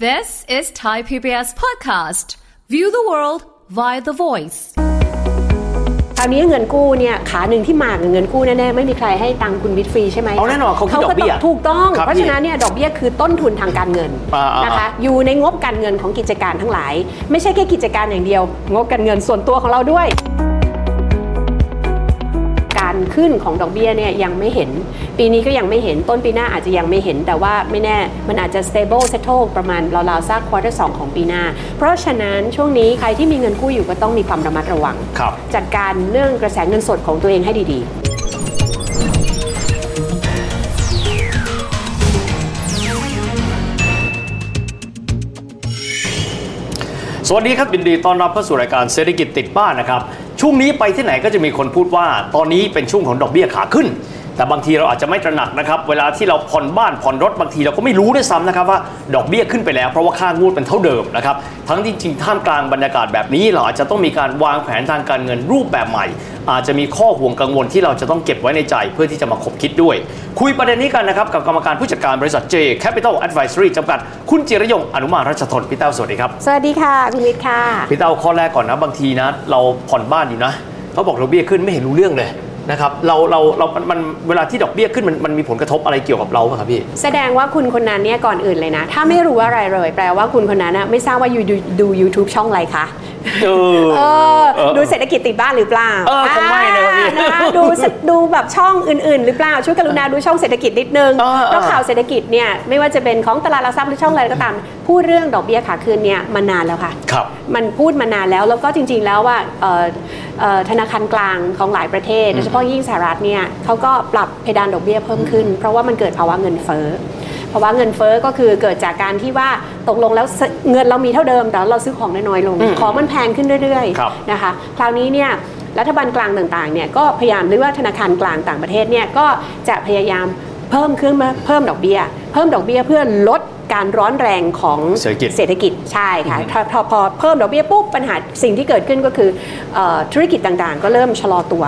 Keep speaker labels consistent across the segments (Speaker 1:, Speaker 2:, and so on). Speaker 1: This is Thai PBS Podcast. View the world via the voice.
Speaker 2: คราวนี้เงินกู้เนี่ยขาหนึ่งที่มากับเงินกู้แน่ๆไม่มีใครให้ตังค์คุณมิดฟรีใช่ไหม
Speaker 3: เอาแน่นอนเขาคิดดอกเบี้ย
Speaker 2: ขาต้งถูกต้อง
Speaker 3: ครับ
Speaker 2: เพราะฉะนั้นเนี่ยดอกเบี้ยคือต้นทุนทางการเงิน
Speaker 3: อ่าๆ
Speaker 2: นะคะอยู่ในงบการเงินของกิจการทั้งหลาย ไม่ใช่แค่กิจการอย่างเดียว งบการเงินส่วนตัวของเราด้วย การขึ้นของดอกเบี้ยเนี่ยยังไม่เห็น ปีนี้ก็ยังไม่เห็นต้นปีหน้าอาจจะยังไม่เห็น แต่ว่าไม่แน่มันอาจจะ stable settle ประมาณราวๆสักควอเตอร์สของปีหน้า เพราะฉะนั้นช่วงนี้ใครที่มีเงินกู้อยู่ก็ต้องมีความระมัดระวัง
Speaker 3: ครับ
Speaker 2: จัดการเรื่องกระแสเงินสดของตัวเองให้ดี
Speaker 3: สวัสดีครับยินดีต้อนรับเข้าสู่รายการเศรษฐกิจติดบ้านนะครับ ช่วงนี้ไปที่ไหนก็จะมีคนพูดว่า ตอนนี้เป็นช่วงของดอกเบี้ยขาขึ้น แต่บางทีเราอาจจะไม่ตระหนักนะครับ เวลาที่เราผ่อนบ้านผ่อนรถบางทีเราก็ไม่รู้ด้วยซ้ำนะครับว่าดอกเบี้ยขึ้นไปแล้วเพราะว่าค่างวดเป็นเท่าเดิมนะครับ ทั้งที่จริงท่ามกลางบรรยากาศแบบนี้เราอาจจะต้องมีการวางแผนทางการเงินรูปแบบใหม่ อาจจะมีข้อห่วงกังวลที่เราจะต้องเก็บไว้ในใจเพื่อที่จะมาคบคิดด้วย คุยประเด็นนี้กันนะครับกับกรรมการผู้จัดการบริษัท J Capital Advisory จำกัดคุณจิรยงอนุมารัชทนพี่เต้าสวัสดีครับ
Speaker 2: ๆ สวัสดีค่ะ คุณมิตรค่ะ
Speaker 3: พี่เต้าข้อแรกก่อนนะบางทีนะเราผ่อนบ้านอยู่นะเขาบอกดอกเบี้ยขึ้นไม่เห็นรู้เรื่องเลยนะครับเราเราเรามันมันเวลาที่ดอกเบี้ยขึ้นมันมันมีผลกระทบอะไรเกี่ยวกับเราป่ะครับพี่
Speaker 2: แสดงว่าคุณคนนั้นเนี่ยก่อนอื่นเลยนะ ถ้าไม่รู้อะไรเลย แปลว่าคุณคนนั้นน่ะไม่ทราบว่าอยู่ดูดู YouTube ช่องอะไรคะ
Speaker 3: เออ
Speaker 2: เออดูเศรษฐกิจติดบ้านหรือเปล่า
Speaker 3: เออคงไม่นะครับพี่
Speaker 2: อ่านะดูสดูแบบช่องอื่นๆ หรือเปล่า ช่วยกรุณาดูช่องเศรษฐกิจนิดนึง
Speaker 3: เออเออ
Speaker 2: เพราะข่าวเศรษฐกิจเนี่ยไม่ว่าจะเป็นของตลาดหลักทรัพย์หรือช่องอะไรก็ตามพูดเรื่องดอกเบี้ยขาขึ้นเนี่ยมานานแล้วค่ะ
Speaker 3: ครับ
Speaker 2: มันพูดมานานแล้วแล้วก็จริงๆแล้วว่าเอ่อเอ่อธนาคารกลางของหลายประเทศโดยเฉพาะยิ่งสหรัฐเนี่ยเขาก็ปรับเพดานดอกเบี้ยเพิ่มขึ้น เพราะว่ามันเกิดภาวะเงินเฟ้อภาวะเงินเฟ้อก็คือเกิดจากการที่ว่าตกลงแล้วเงินเรามีเท่าเดิมแต่เราซื้อของได้น้อยลง
Speaker 3: อืม
Speaker 2: ของมันแพงขึ้นเรื่อยๆ
Speaker 3: ครับ
Speaker 2: นะคะคราวนี้เนี่ยรัฐบาลกลางต่างๆเนี่ยก็พยายามหรือว่าธนาคารกลางต่างประเทศเนี่ยก็จะพยายามเพิ่มขึ้นมาเพิ่มดอกเบี้ย เพิ่มดอกเบี้ยเพื่อลดการร้อนแรงของ
Speaker 3: เศรษฐกิจ
Speaker 2: เศรษฐกิจใช่ค่ะถ้าพอพอเพิ่มดอกเบี้ยปุ๊บปัญหาสิ่งที่เกิดขึ้นก็คือเออธุรกิจต่างๆ ก็เริ่มชะลอตัว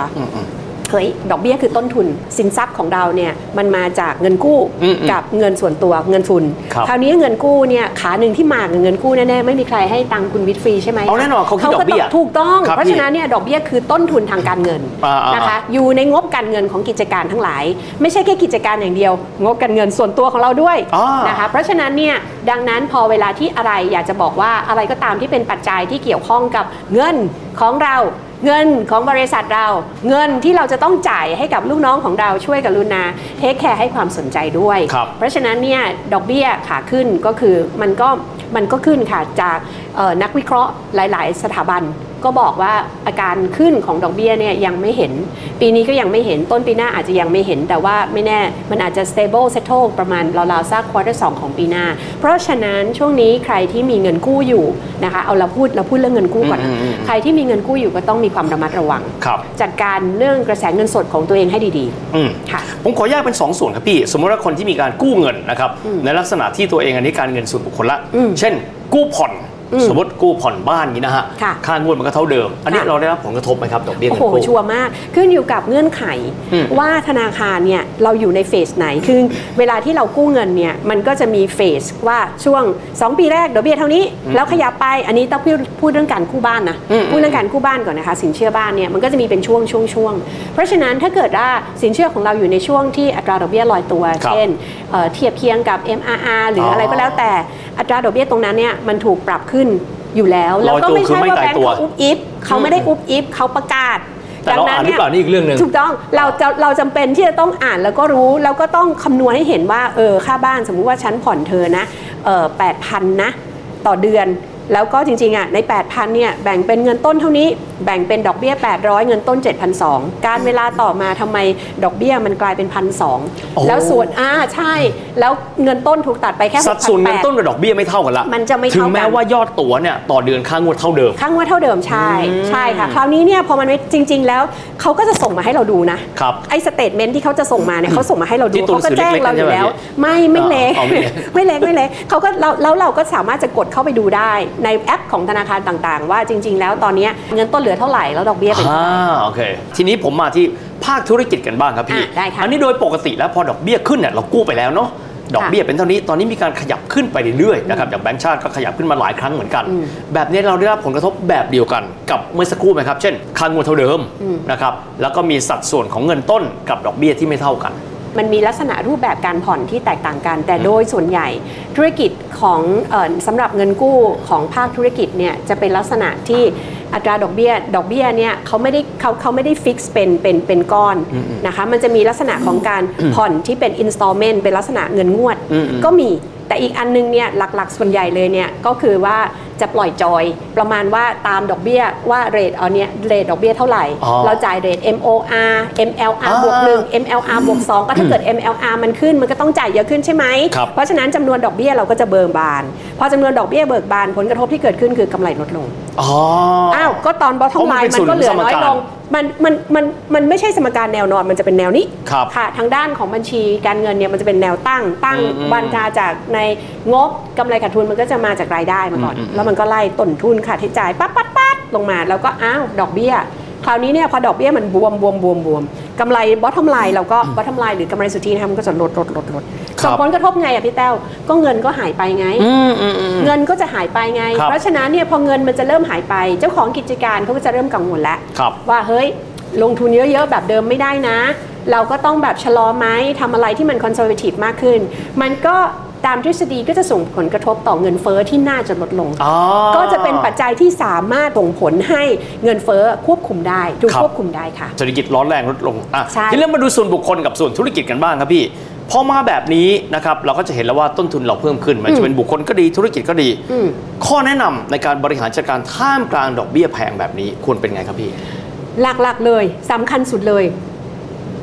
Speaker 2: เฮ้ยดอกเบี้ยคือต้นทุน สินทรัพย์ของเราเนี่ยมันมาจากเงินกู้
Speaker 3: อืมๆ
Speaker 2: กับเงินส่วนตัวเงินทุน
Speaker 3: ครับ
Speaker 2: วนี้เงินกู้เนี่ยขาหนึ่งที่มากับเงินกู้แน่ๆไม่มีใครให้ตังค์คุณวิทย์ฟรีใช่ไหม
Speaker 3: เอาแน่นอนเขาคิดดอกเบี้ย
Speaker 2: ขาก็ต้งถูกต้อง
Speaker 3: ครับ
Speaker 2: เพราะฉะนั้นเนี่ยดอกเบี้ยคือต้นทุนทางการเงิน
Speaker 3: อ่าๆ
Speaker 2: นะคะอยู่ในงบการเงินของกิจการทั้งหลาย ไม่ใช่แค่กิจการอย่างเดียว งบการเงินส่วนตัวของเราด้วย
Speaker 3: อ่าน
Speaker 2: นะคะเพราะฉะนั้นเนี่ยดังนั้นพอเวลาที่อะไรอยากจะบอกว่าอะไรก็ตามที่เป็นปัจจัยที่เกี่ยวข้องกับเงินของเรา เงินของบริษัทเรา เงินที่เราจะต้องจ่ายให้กับลูกน้องของเราช่วยกับลุณาเทคแคร์ให้ความสนใจด้วย
Speaker 3: ครับ
Speaker 2: เพราะฉะนั้นเนี่ยดอกเบี้ยขาขึ้นก็คือมันก็มันก็ขึ้นค่ะจากเอ่อนักวิเคราะห์หลาย ๆ สถาบัน ก็บอกว่าอาการขึ้นของดอกเบี้ยเนี่ยยังไม่เห็น ปีนี้ก็ยังไม่เห็นต้นปีหน้าอาจจะยังไม่เห็น แต่ว่าไม่แน่มันอาจจะ stable settle ประมาณราวๆสักควอเตอร์สของปีหน้า เพราะฉะนั้นช่วงนี้ใครที่มีเงินกู้อยู่นะคะเอาเราพูดเราพูดเรื่องเงินกู้ก่อนนะ
Speaker 3: อืมอืมอืม
Speaker 2: ใครที่มีเงินกู้อยู่ก็ต้องมีความระมัดระวัง
Speaker 3: ครับ
Speaker 2: จัดการเรื่องกระแสเงินสดของตัวเองให้ดี
Speaker 3: อืม
Speaker 2: ๆค่ะ
Speaker 3: ผมขอแยกเป็น 2 ส่วนครับพี่ สมมติว่าคนที่มีการกู้เงินนะครับในลักษณะที่ตัวเองอันนี้การเงินส่วนบุคคลละ
Speaker 2: อืม
Speaker 3: เช่น กู้ผ่อน
Speaker 2: อืม
Speaker 3: สมมติกู้ผ่อนบ้านนี้นะฮะ
Speaker 2: ค่ะ
Speaker 3: ค่างวดมันก็เท่าเดิม อันนี้
Speaker 2: ค่ะ
Speaker 3: เราได้รับผลกระทบไหมครับดอกเบี้ย
Speaker 2: โอ้
Speaker 3: เงิน
Speaker 2: โห
Speaker 3: กู้
Speaker 2: ชัวร์มาก ขึ้นอยู่กับเงื่อนไข
Speaker 3: อืม
Speaker 2: ว่าธนาคารเนี่ยเราอยู่ในเฟสไหน คือเวลาที่เรากู้เงินเนี่ยมันก็จะมีเฟสว่าช่วง 2 ปีแรกดอกเบี้ยเท่านี้ แล้วขยับไปอันนี้ต้องพูดพูดเรื่องการกู้บ้านนะ
Speaker 3: อืม
Speaker 2: พูดเรื่องการกู้บ้านก่อนนะคะ สินเชื่อบ้านเนี่ยมันก็จะมีเป็นช่วงช่วงช่วงเพราะฉะนั้นถ้าเกิดว่าสินเชื่อของเราอยู่ในช่วงที่อัตราดอกเบี้ยลอยตัว
Speaker 3: ครับ
Speaker 2: เช่นเอ่อเทียบเคียงกับ MRR หรืออะไรก็แล้วแต่อัตราดอกเบี้ยตรงนั้นเนี่ยมันถูกปรับขึ้นอยู่แล้วแล้วก็ไม่ใช่ว่าแบงค์เขาอุบอิบเขาไม่ได้อุบอิบเขาประกาศ
Speaker 3: แต่เราอ่านหรือเปล่านี่อีกเรื่องหนึ่ง
Speaker 2: ถูกต้องเราจะเราจำเป็นที่จะต้องอ่านแล้วก็รู้ แล้วก็ต้องคำนวณให้เห็นว่าเออค่าบ้านสมมุติว่าฉันผ่อนเธอนะเออแปดพันนะ ต่อเดือน แล้วก็จริงๆอ่ะใน 8,000เนี่ยแบ่งเป็นเงินต้นเท่านี้ แบ่งเป็นดอกเบี้ย 800 เงินต้น 7,200 การเวลาต่อมาทำไมดอกเบี้ยมันกลายเป็นพันสอง
Speaker 3: โอ้
Speaker 2: แล้วส่วนอ่าใช่ แล้วเงินต้นถูกตัดไปแค่
Speaker 3: สัดส่วนเงินต้นกับดอกเบี้ยไม่เท่ากันละ
Speaker 2: มันจะไม่
Speaker 3: ถึ
Speaker 2: เท่าง กัน
Speaker 3: แม้ว่ายอดตั๋วเนี่ยต่อเดือนค่างวดเท่าเดิม
Speaker 2: ครั้งว่าเท่าเดิมใช่ใช่ค่ะ คราวนี้เนี่ยพอมันไม่จริง ๆ แล้วเขาก็จะส่งมาให้เราดูนะครับ ไอ้สเตทเมนต์ที่เขาจะส่งมาเนี่ยเขาส่งมาให้เราดู
Speaker 3: ที่ตัวห
Speaker 2: เขา
Speaker 3: นั
Speaker 2: ก็
Speaker 3: งสือ
Speaker 2: แจ้งเราอยู่แล้ว
Speaker 3: เล็กๆ
Speaker 2: ไม่ไม่เล็ก
Speaker 3: อ๋อไม่เล็ก
Speaker 2: ไม่เล็กไม่เล็กเขาก็เราแล้วเราก็สามารถจะกดเข้าไปดูได้ในแอปของธนาคารต่างๆ ว่าจริง ๆ แล้วตอนเนี้ยเงินต้นเหลือเท่าไหร่แล้วดอกเบี้ยเป็น
Speaker 3: อ่าโอเค ทีนี้ผมมาที่ภาคธุรกิจกันบ้างครับพี่
Speaker 2: อ่ะได้ค่ะ
Speaker 3: อันนี้โดยปกติแล้วพอดอกเบี้ยขึ้นเนี่ยเรากู้ไปแล้วเนาะ ดอกเบี้ยเป็นเท่านี้ตอนนี้มีการขยับขึ้นไปเรื่อยๆนะครับอย่างแบงก์ชาติก็ขยับขึ้นมาหลายครั้งเหมือนกัน แบบนี้เราได้รับผลกระทบแบบเดียวกันกับเมื่อสักครู่ไหมครับ เช่นค่างวดเท่าเดิมนะครับแล้วก็มีสัดส่วนของเงินต้นกับดอกเบี้ยที่ไม่เท่ากัน
Speaker 2: มันมีลักษณะรูปแบบการผ่อนที่แตกต่างกัน แต่โดยส่วนใหญ่ธุรกิจของเออสำหรับเงินกู้ของภาคธุรกิจเนี่ยจะเป็นลักษณะที่อัตราดอกเบี้ยดอกเบี้ยเนี่ยเขาไม่ได้เขาเขาไม่ได้ฟิกซ์เป็นเป็นเป็นก้อนนะคะมันจะมีลักษณะของการผ่อนที่เป็น installment เป็นลักษณะเงินงวด
Speaker 3: อืมอืม
Speaker 2: ก็มีแต่อีกอันนึงเนี่ยหลักๆ ส่วนใหญ่เลยเนี่ยก็คือว่าจะปล่อยจอย ประมาณว่าตามดอกเบี้ยว่าเรทเอาเนี่ยเรทดอกเบี้ยเท่าไหร่
Speaker 3: อ๋อ
Speaker 2: เราจ่ายเรท MOR MLR
Speaker 3: อ่า
Speaker 2: บวกหนึ่ง MLR บวกสองก็ถ้าเกิด MLR มันขึ้นมันก็ต้องจ่ายเยอะขึ้นใช่ไหม
Speaker 3: ครับ
Speaker 2: เพราะฉะนั้นจำนวนดอกเบี้ยเราก็จะเบิกบาน พอจำนวนดอกเบี้ยเบิกบานผลกระทบที่เกิดขึ้นคือกำไรลดลง
Speaker 3: อ๋อ
Speaker 2: อ้าว ก็ตอน bottom
Speaker 3: เพราะมัน
Speaker 2: line
Speaker 3: เป็น
Speaker 2: มันก็เหลือน้อย
Speaker 3: สูตรของสมกา
Speaker 2: ล
Speaker 3: ร
Speaker 2: ง มันมันมันมันไม่ใช่สมการแนวนอนมันจะเป็นแนวนี้
Speaker 3: ครับ
Speaker 2: ค่ะทางด้านของบัญชีการเงินเนี่ยมันจะเป็นแนวตั้งตั้ง
Speaker 3: อืมอืม
Speaker 2: บัญชาจากในงบกำไรขาดทุนมันก็จะมาจากรายได้มาก่อน
Speaker 3: อืมอืม
Speaker 2: แล้วมันก็ไล่ต้นทุนค่าใช้จ่ายปั๊บปั๊บปั๊บลงมาแล้วก็อ้าวดอกเบี้ย คราวนี้เนี่ยพอดอกเบี้ยมันบวมบวมบวมบวมกำไร bottom line เราก็ bottom line หรือกำไรสุทธินะคะมันก็จะลดลดลดลด
Speaker 3: ครับ
Speaker 2: ส่งผลกระทบไงอะพี่แต้วก็เงินก็หายไปไง
Speaker 3: อืมอืมอืม
Speaker 2: เงินก็จะหายไปไง
Speaker 3: ครับ
Speaker 2: เพราะฉะนั้นเนี่ยพอเงินมันจะเริ่มหายไป เจ้าของกิจการเขาก็จะเริ่มกังวลแล้ว
Speaker 3: ครับ
Speaker 2: ว่าเฮ้ยลงทุนเยอะๆ แบบเดิมไม่ได้นะ เราก็ต้องแบบชะลอไหมทำอะไรที่มันคอนเซอร์เวทีฟมากขึ้น มันก็ตามทฤษฎีก็จะส่งผลกระทบต่อเงินเฟอ้อที่น่าจะลดลง
Speaker 3: อ๋อ
Speaker 2: ก็จะเป็นปัจจัยที่สามารถส่งผลให้เงินเฟอ้อควบคุมได้ถูก
Speaker 3: ครับ
Speaker 2: ควบคุมได้ค่ะ
Speaker 3: เศรษฐกิจร้อนแรงลดลงอ่ะ
Speaker 2: ใช่
Speaker 3: ทีนี้เรามาดูส่วนบุคคลกับส่วนธุรกิจกันบ้างครับพี่ พอมาแบบนี้นะครับ เราก็จะเห็นแล้วว่าต้นทุนเราเพิ่มขึ้น มันจะเป็นบุคคลก็ดีธุรกิจก็ดี
Speaker 2: อืม
Speaker 3: ข้อแนะนำในการบริหารจัดการท่ามกลางดอกเบี้ยแพงแบบนี้ควรเป็นไงครับพี่
Speaker 2: หลักๆเลยสำคัญสุดเลย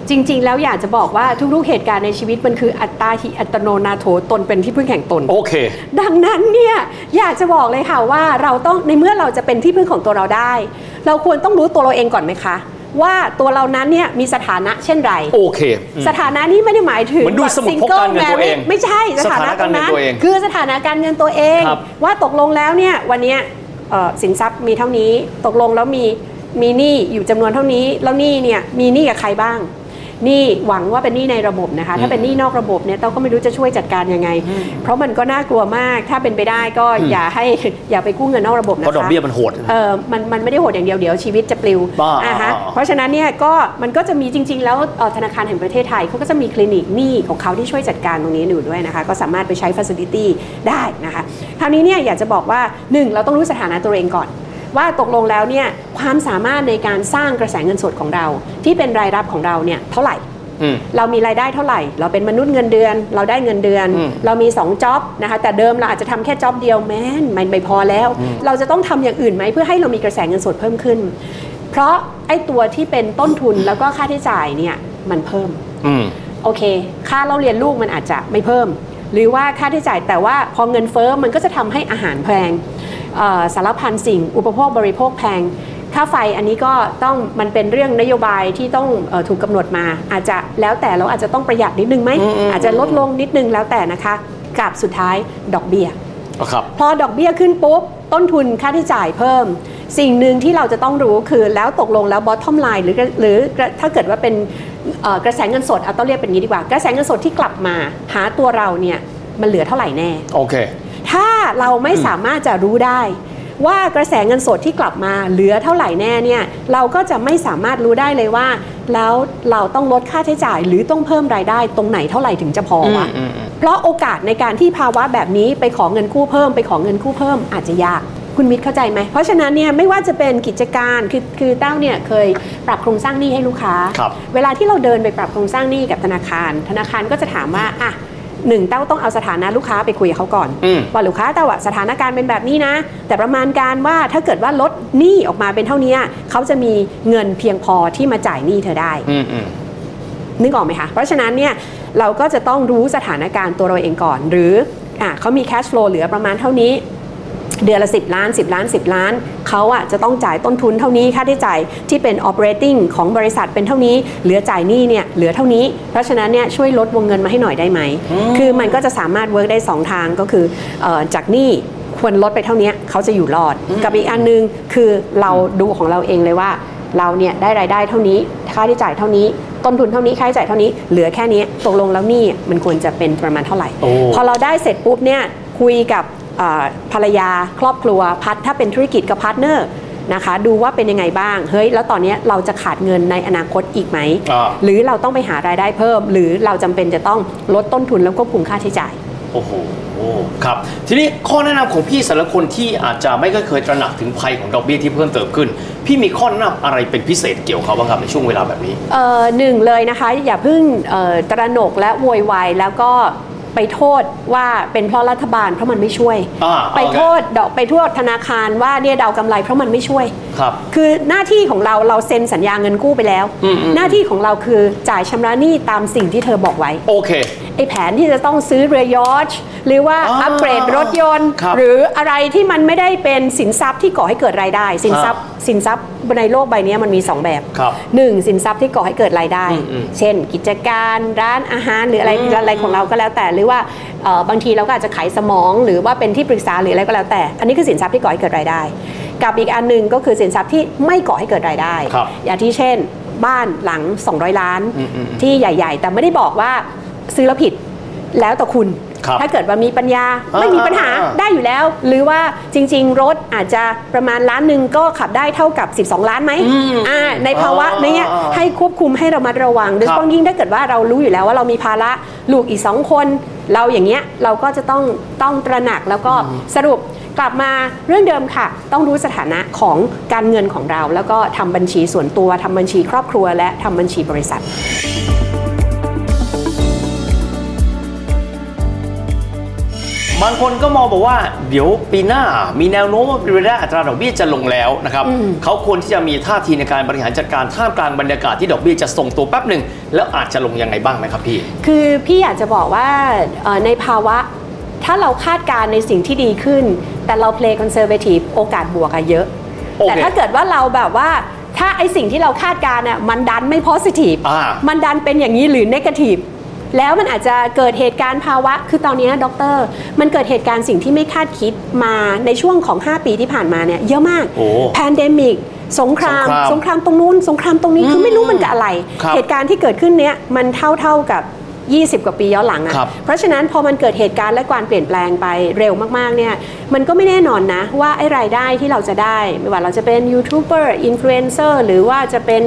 Speaker 2: จริง ๆ แล้วอยากจะบอกว่าทุกๆเหตุการณ์ในชีวิตมันคืออัตตาหิอัตโนนาโถตนเป็นที่พึ่งแห่งตน
Speaker 3: โอเค
Speaker 2: ดังนั้นเนี่ยอยากจะบอกเลยค่ะว่าเราต้องในเมื่อเราจะเป็นที่พึ่งของตัวเราได้ เราควรต้องรู้ตัวเราเองก่อนไหมคะ ว่าตัวเรานั้นเนี่ยมีสถานะเช่นไร
Speaker 3: โอเคอืม
Speaker 2: สถานะนี้ไม่ได้หมายถึง
Speaker 3: เหมือนดูสมุดพกการเงินตัวเอง
Speaker 2: ไม่ใช่สถานะตรงนั้น
Speaker 3: สถานะการเงินตัวเอง
Speaker 2: คือสถานะการเงินตัวเอง
Speaker 3: ครับ
Speaker 2: ว่าตกลงแล้วเนี่ยวันเนี้ยเอ่อสินทรัพย์มีเท่านี้ตกลงแล้วมีมีหนี้อยู่จำนวนเท่านี้ แล้วหนี้เนี่ยมีหนี้กับใครบ้างหนี้หวังว่าเป็นหนี้ในระบบนะคะ ถ้าเป็นหนี้นอกระบบเนี่ยเราก็ไม่รู้จะช่วยจัดการยังไง เพราะมันก็น่ากลัวมากถ้าเป็นไปได้ก็
Speaker 3: อืม
Speaker 2: อย่าให้อย่าไปกู้เงินนอกระบบนะคะ
Speaker 3: เพราะดอกเบี้ยมันโหด
Speaker 2: เออมันมันไม่ได้โหดอย่างเดียวเดี๋ยวชีวิตจะปลิว
Speaker 3: บ้า
Speaker 2: อ่าฮะ
Speaker 3: อ่า
Speaker 2: เพราะฉะนั้นเนี่ยก็มันก็จะมีจริง ๆ แล้วเอ่อธนาคารแห่งประเทศไทยเขาก็จะมีคลินิกหนี้ของเขาที่ช่วยจัดการตรงนี้อยู่ด้วยนะคะ ก็สามารถไปใช้ฟัสซิตี้ได้นะคะคราวนี้เนี่ยอยากจะบอกว่า 1 เราต้องรู้สถานะตัวเองก่อน ว่าตกลงแล้วเนี่ยความสามารถในการสร้างกระแสเงินสดของเรา ที่เป็นรายรับของเราเนี่ยเท่าไหร่
Speaker 3: อืม
Speaker 2: เรามีรายได้เท่าไหร่ เราเป็นมนุษย์เงินเดือน เราได้เงินเดือน
Speaker 3: อืม
Speaker 2: เรามี2จ็อบนะคะ แต่เดิมเราอาจจะทำแค่จ็อบเดียวแม้นมันไม่พอแล้ว เราจะต้องทำอย่างอื่นไหมเพื่อให้เรามีกระแสเงินสดเพิ่มขึ้น เพราะไอ้ตัวที่เป็นต้นทุนแล้วก็ค่าใช้จ่ายเนี่ยมันเพิ่ม
Speaker 3: อืม
Speaker 2: โอเค ค่าเล่าเรียนลูกมันอาจจะไม่เพิ่ม หรือว่าค่าใช้จ่ายแต่ว่าพอเงินเฟ้อมันก็จะทำให้อาหารแพงเอ่อสารพันสิ่ง อุปโภคบริโภคแพง ค่าไฟอันนี้ก็ต้องมันเป็นเรื่องนโยบายที่ต้องเออถูกกำหนดมา อาจจะแล้วแต่เราอาจจะต้องประหยัดนิดนึงไหม
Speaker 3: อืมอืม
Speaker 2: อาจจะลดลงนิดนึงแล้วแต่นะคะกับสุดท้ายดอกเบี้ย
Speaker 3: เอาครับ
Speaker 2: พอดอกเบี้ยขึ้นปุ๊บ ต้นทุนค่าใช้จ่ายเพิ่ม สิ่งหนึ่งที่เราจะต้องรู้คือแล้วตกลงแล้ว bottom line หรือหรือถ้าเกิดว่าเป็นเอ่อกระแสเงินสดเอาต้องเรียกเป็นอย่างนี้ดีกว่า กระแสเงินสดที่กลับมา หาตัวเราเนี่ยมันเหลือเท่าไหร่แน่
Speaker 3: โอเค
Speaker 2: ถ้าเราไม่สามารถจะรู้ได้ ว่ากระแสเงินสดที่กลับมาเหลือเท่าไหร่แน่เนี่ยเราก็จะไม่สามารถรู้ได้เลยว่า แล้วเราต้องลดค่าใช้จ่าย หรือต้องเพิ่มรายได้ตรงไหนเท่าไหร่ถึงจะพอวะ
Speaker 3: อืมอืมอืม
Speaker 2: เพราะโอกาสในการที่ภาวะแบบนี้ไปขอเงินกู้เพิ่ม ไปขอเงินกู้เพิ่มอาจจะยากคุณมิตรเข้าใจไหมเพราะฉะนั้นเนี่ยไม่ว่าจะเป็นกิจการคือคือเต้าเนี่ยเคยปรับโครงสร้างหนี้ให้ลูกค้า
Speaker 3: ครับ
Speaker 2: เวลาที่เราเดินไปปรับโครงสร้างหนี้กับธนาคาร ธนาคารก็จะถามว่าอ่ะหนึ่งเต้าต้องเอาสถานะลูกค้าไปคุยกับเขาก่อน
Speaker 3: อืม
Speaker 2: ว่าลูกค้าแต่ว่าสถานการณ์เป็นแบบนี้นะ แต่ประมาณการว่าถ้าเกิดว่าลดหนี้ออกมาเป็นเท่านี้เขาจะมีเงินเพียงพอที่มาจ่ายหนี้เธอได้
Speaker 3: อืมอืม
Speaker 2: นึกออกไหมคะ เพราะฉะนั้นเนี่ยเราก็จะต้องรู้สถานการณ์ตัวเราเองก่อน หรืออ่ะเขามี cash flow เหลือประมาณเท่านี้ เดือนละ 10 ล้าน 10 ล้าน 10 ล้าน เขาอะจะต้องจ่ายต้นทุนเท่านี้ค่าใช้จ่ายที่เป็น operating ของบริษัทเป็นเท่านี้ เหลือจ่ายหนี้เนี่ยเหลือเท่านี้ เพราะฉะนั้นเนี่ยช่วยลดวงเงินมาให้หน่อยได้ไหม คือมันก็จะสามารถ work ได้ 2 ทางก็คือเออจากหนี้ควรลดไปเท่านี้เขาจะอยู่รอด กับอีกอันนึงคือเราดูของเราเองเลยว่า เราเนี่ยได้รายได้เท่านี้ ค่าใช้จ่ายเท่านี้ ต้นทุนเท่านี้ค่าใช้จ่ายเท่านี้เหลือแค่นี้ตกลงแล้วหนี่มันควรจะเป็นประมาณเท่าไหร่
Speaker 3: โอ้
Speaker 2: พอเราได้เสร็จปุ๊บเนี่ยคุยกับเอ่อภรรยาครอบครัวพัดถ้าเป็นธุรกิจกับพาร์ทเนอร์นะคะ ดูว่าเป็นยังไงบ้างเฮ้ยแล้วตอนเนี้ยเราจะขาดเงินในอนาคตอีกไหม
Speaker 3: อ่า
Speaker 2: หรือเราต้องไปหารายได้เพิ่ม หรือเราจำเป็นจะต้องลดต้นทุนแล้วควบคุมค่าใช้จ่าย
Speaker 3: โอ้โหครับ ทีนี้ข้อแนะนำของพี่สำหรับคนที่อาจจะไม่เคยตระหนักถึงภัยของดอกเบี้ยที่เพิ่มเติมขึ้น พี่มีข้อแนะนำอะไรเป็นพิเศษเกี่ยวกับเขาบ้างครับในช่วงเวลาแบบนี้
Speaker 2: เอ่อหนึ่งเลยนะคะอย่าเพิ่งเอ่อตระหนกและโวยวายแล้วก็ไปโทษว่าเป็นเพราะรัฐบาลเพราะมันไม่ช่วย
Speaker 3: อ่า
Speaker 2: ไป
Speaker 3: เอาไง
Speaker 2: โทษดอกไปโทษธนาคารว่าเนี่ยเดากำไรเพราะมันไม่ช่วย
Speaker 3: ครับ
Speaker 2: คือหน้าที่ของเราเราเซ็นสัญญาเงินกู้ไปแล้ว
Speaker 3: อืมอืม
Speaker 2: หน้าที่ของเราคือจ่ายชำระหนี้ตามสิ่งที่เธอบอกไว้
Speaker 3: โอเค
Speaker 2: ไอ้แผนที่จะต้องซื้อเรือยอชท์หรือว่า
Speaker 3: อ่า
Speaker 2: อัปเกรดรถยนต์
Speaker 3: ครับ
Speaker 2: หรืออะไรที่มันไม่ได้เป็นสินทรัพย์ที่ก่อให้เกิดรายได้ สินทรัพย์ สินทรัพย์ในโลกใบนี้มันมี 2 แบบ
Speaker 3: ครับ
Speaker 2: หนึ่งสินทรัพย์ที่ก่อให้เกิดรายได้
Speaker 3: อืมอืม
Speaker 2: เช่น กิจการร้านอาหารหรืออะไรอะไรของเราก็แล้วแต่ หรือว่าเอ่อบางทีเราก็อาจจะขายสมอง หรือว่าเป็นที่ปรึกษาหรืออะไรก็แล้วแต่ อันนี้คือสินทรัพย์ที่ก่อให้เกิดรายได้ กับอีกอันหนึ่งก็คือสินทรัพย์ที่ไม่ก่อให้เกิดรายได้
Speaker 3: ครับ
Speaker 2: อย่างที่เช่น บ้านหลัง 200 ล้าน
Speaker 3: อืมอืมอืม
Speaker 2: ที่ใหญ่ ๆ แต่ไม่ได้บอกว่าซื้อแล้วผิดแล้วแต่คุณ
Speaker 3: ครับ
Speaker 2: ถ้าเกิดว่ามีปัญญา
Speaker 3: อ่า
Speaker 2: ไม่มีปัญหา
Speaker 3: อ่าอ่า
Speaker 2: ได้อยู่แล้ว หรือว่าจริง ๆ รถอาจจะประมาณล้านหนึ่งก็ขับได้เท่ากับ 12 ล้านไหม
Speaker 3: อืม
Speaker 2: อ่าในภาวะ
Speaker 3: อ่า
Speaker 2: เนี้ย
Speaker 3: อ่าอ่า
Speaker 2: ให้ควบคุมให้เรามาระวังโดยเฉ
Speaker 3: ครับ
Speaker 2: พาะยิ่งถ้าเกิดว่าเรารู้อยู่แล้วว่าเรามีภาระลูกอีกสองคน เราอย่างเงี้ยเราก็จะต้องต้องตระหนักแล้วก็สรุปกลับมาเรื่องเดิมค่ะ ต้องรู้สถานะของการเงินของเรา แล้วก็ทำบัญชีส่วนตัวทำบัญชีครอบครัว และทำบัญชีบริษัท
Speaker 3: บางคนก็มองบอกว่า เดี๋ยวปีหน้ามีแนวโน้มว่าเป็นไปได้อัตราดอกเบี้ยจะลงแล้วนะครับเขาควรที่จะมีท่าทีในการบริหารจัดการท่ามกลางบรรยากาศที่ดอกเบี้ยจะส่งตัวแป๊บหนึ่งแล้วอาจจะลงยังไงบ้างไหมครับพี่
Speaker 2: คือพี่อยากจะบอกว่าเอ่อในภาวะถ้าเราคาดการณ์ในสิ่งที่ดีขึ้น แต่เรา play conservative โอกาสบวกอะเยอะ
Speaker 3: โอเค
Speaker 2: แต่ถ้าเกิดว่าเราแบบว่าถ้าไอสิ่งที่เราคาดการณ์อะมันดันไม่ positive
Speaker 3: อ่ามั
Speaker 2: มันดันเป็นอย่างนี้หรือ negative แล้วมันอาจจะเกิดเหตุการณ์ภาวะ คือตอนเนี้ยด็อกเตอร์ มันเกิดเหตุการณ์สิ่งที่ไม่คาดคิดมาในช่วงของ 5 ปีที่ผ่านมาเนี่ยเยอะมาก
Speaker 3: โอ้
Speaker 2: pandemic สงคราม
Speaker 3: สงครา
Speaker 2: สงคราม
Speaker 3: ม
Speaker 2: ตรงนู้น สงครามตรงนี้คือไม่รู้มันจะอะไร
Speaker 3: ครับ
Speaker 2: เหตุการณ์ที่เกิดขึ้นเนี้ยมันเท่าเท่าๆกับ 20 กว่าปีย้อนหลัง
Speaker 3: ครับ
Speaker 2: อะ่ะ เพราะฉะนั้นพอมันเกิดเหตุการณ์และการเปลี่ยนแปลงไปเร็วมากๆเนี่ย มันก็ไม่แน่นอนนะ ว่าไอ้รายได้ที่เราจะได้ ไม่ว่าเราจะเป็นยูทูบเบอร์อินฟลูเอนเซอร์หรือว่าจะเป็น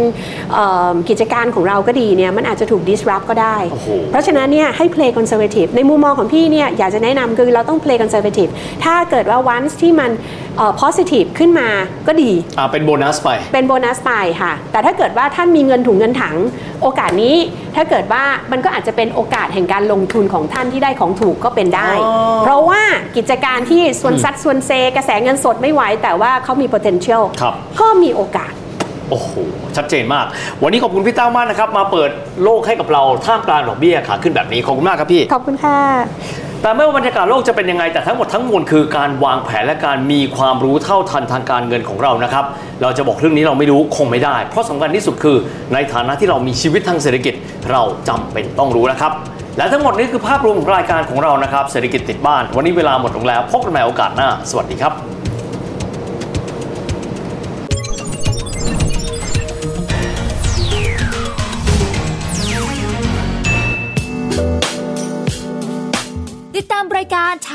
Speaker 2: เอ่อกิจการของเราก็ดีเนี่ย มันอาจจะถูก disrupt ก็ได้
Speaker 3: โอ้โห
Speaker 2: เพราะฉะนั้นเนี่ยให้ play conservative ในมุมมองของพี่เนี่ยอยากจะแนะนำคือเราต้อง play conservative ถ้าเกิดว่า once ที่มันเอ่อ positive ขึ้นมาก็ดี
Speaker 3: อ่าเป็นโบนัสไป
Speaker 2: เป็นโบนัสไปค่ะ แต่ถ้าเกิดว่าท่านมีเงินถุงเงินถัง โอกาสนี้ถ้าเกิดว่ามันก็อาจจะเป็นโอกาสแห่งการลงทุนของท่านที่ได้ของถูกก็เป็นได้
Speaker 3: อ๋อ
Speaker 2: เพราะว่ากิจการที่ส่วนซัดส่วนเซ กระแสเงินสดไม่ไหว แต่ว่าเขามี potential
Speaker 3: ครับ
Speaker 2: ก็มีโอกาส
Speaker 3: โอ้โห ชัดเจนมาก วันนี้ขอบคุณพี่เต้ามากนะครับ มาเปิดโลกให้กับเราท่ามกลางดอกเบี้ยขาขึ้นแบบนี้ ขอบคุณมากครับพี่
Speaker 2: ขอบคุณค่ะ
Speaker 3: แต่ไม่ว่าบรรยากาศโลกจะเป็นยังไง แต่ทั้งหมดทั้งมวลคือการวางแผนและการมีความรู้เท่าทันทางการเงินของเรานะครับ เราจะบอกเรื่องนี้เราไม่รู้คงไม่ได้ เพราะสำคัญที่สุดคือ ในฐานะที่เรามีชีวิตทางเศรษฐกิจเราจำเป็นต้องรู้นะครับ และทั้งหมดนี้คือภาพรวมของรายการของเรานะครับเศรษฐกิจติดบ้าน วันนี้เวลาหมดลงแล้วพบกันใหม่โอกาสหน้า สวัสดีครับ
Speaker 4: ติดตามรายการท